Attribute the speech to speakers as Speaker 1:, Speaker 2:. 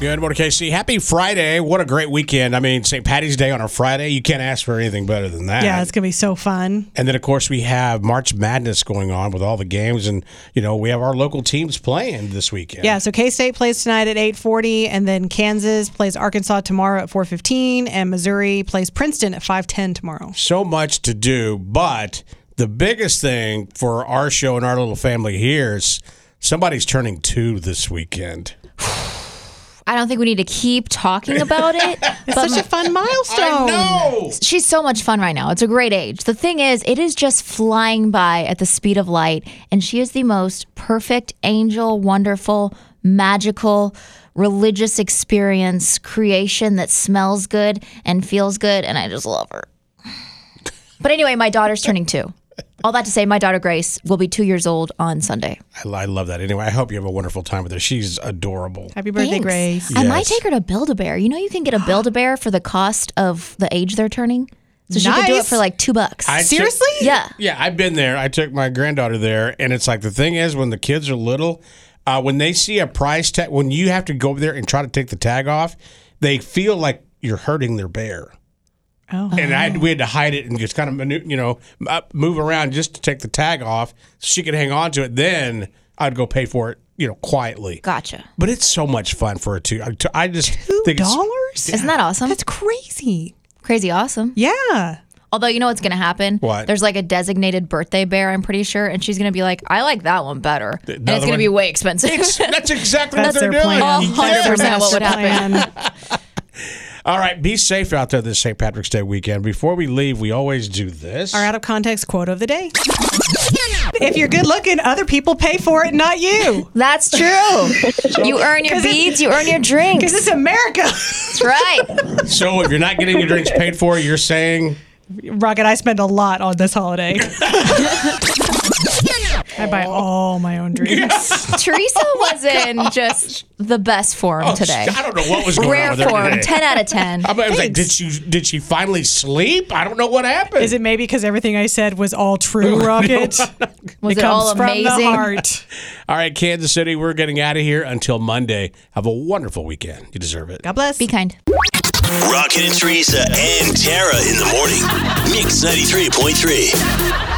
Speaker 1: Good morning, KC. Happy Friday. What a great weekend. I mean, St. Patty's Day on a Friday. You can't ask for anything better than that.
Speaker 2: Yeah, it's gonna be so fun.
Speaker 1: And then, of course, we have March Madness going on with all the games. And, you know, we have our local teams playing this weekend.
Speaker 2: Yeah, so K State plays tonight at eight forty, and then Kansas plays Arkansas tomorrow at four fifteen, and Missouri plays Princeton at five ten tomorrow.
Speaker 1: So much to do. But the biggest thing for our show and our little family here is somebody's turning two this weekend.
Speaker 3: I don't think we need to keep talking about it.
Speaker 2: It's
Speaker 3: but
Speaker 2: such a fun milestone.
Speaker 1: know.
Speaker 3: she's so much fun right now. It's a great age. The thing is, it is just flying by at the speed of light, and she is the most perfect angel, wonderful, magical, religious experience creation that smells good and feels good, and I just love her. But anyway, my daughter's turning two. All that to say, my daughter Grace will be two years old on Sunday.
Speaker 1: I, I love that. Anyway, I hope you have a wonderful time with her. She's adorable.
Speaker 2: Happy birthday,
Speaker 3: Thanks.
Speaker 2: Grace.
Speaker 3: I might
Speaker 1: Yes.
Speaker 3: take her to Build a Bear. You know, you can get a Build a Bear for the cost of the age they're turning. So she could do it
Speaker 2: Nice.
Speaker 3: for like two bucks.
Speaker 1: I took-
Speaker 2: Seriously?
Speaker 3: yeah.
Speaker 1: Yeah, I've been there. I took my granddaughter there, and it's like the thing is when the kids are little, uh, when they see a price tag, when you have to go over there and try to take the tag off, they feel like you're hurting their bear.
Speaker 2: Oh.
Speaker 1: And I we had to hide it and just kind of manu- you know m- up- move around just to take the tag off so she could hang on to it. Then I'd go pay for it, you know, quietly.
Speaker 3: Gotcha.
Speaker 1: But it's so much fun for a two. I, I just
Speaker 2: Two
Speaker 1: think it's
Speaker 2: dollars?
Speaker 3: Isn't that awesome?
Speaker 2: That's crazy.
Speaker 3: crazy awesome.
Speaker 2: Yeah.
Speaker 3: Although you know what's gonna happen?
Speaker 1: What?
Speaker 3: There's like a designated birthday bear, I'm pretty sure, and she's gonna be like, I like that one better. and it's
Speaker 1: other
Speaker 3: gonna
Speaker 1: one?
Speaker 3: be way expensive.
Speaker 1: that's exactly
Speaker 2: That's
Speaker 1: what they're
Speaker 2: their
Speaker 1: doing.
Speaker 2: plan.
Speaker 3: Oh,
Speaker 1: Yes.
Speaker 3: 100% what would happen.
Speaker 2: happen.
Speaker 1: All right, be safe out there this St. Patrick's Day weekend. Before we leave, we always do this.
Speaker 2: Our out of context quote of the day. If you're good looking, other people pay for it, not you.
Speaker 3: That's true. you earn your beads, you earn your drinks.
Speaker 2: Because it's America.
Speaker 3: That's right.
Speaker 1: So if you're not getting your drinks paid for, you're saying
Speaker 2: Rocket, I spend a lot on this holiday. I buy all my own drinks.
Speaker 3: Teresa was in just the best form today.
Speaker 1: oh, I don't know what was going on
Speaker 3: Rare
Speaker 1: with her
Speaker 3: form,
Speaker 1: today.
Speaker 3: ten out of ten.
Speaker 1: I was like, did
Speaker 2: Thanks.
Speaker 1: she did she finally sleep? I don't know what happened.
Speaker 2: Is it maybe because everything I said was all true, Rocket?
Speaker 3: Was it, all amazing?
Speaker 2: From the heart.
Speaker 1: All right, Kansas City, we're getting out of here until Monday. Have a wonderful weekend. You deserve it.
Speaker 2: God bless.
Speaker 3: Be kind.
Speaker 4: Rocket and Teresa and Tara in the morning. Mix 93.3.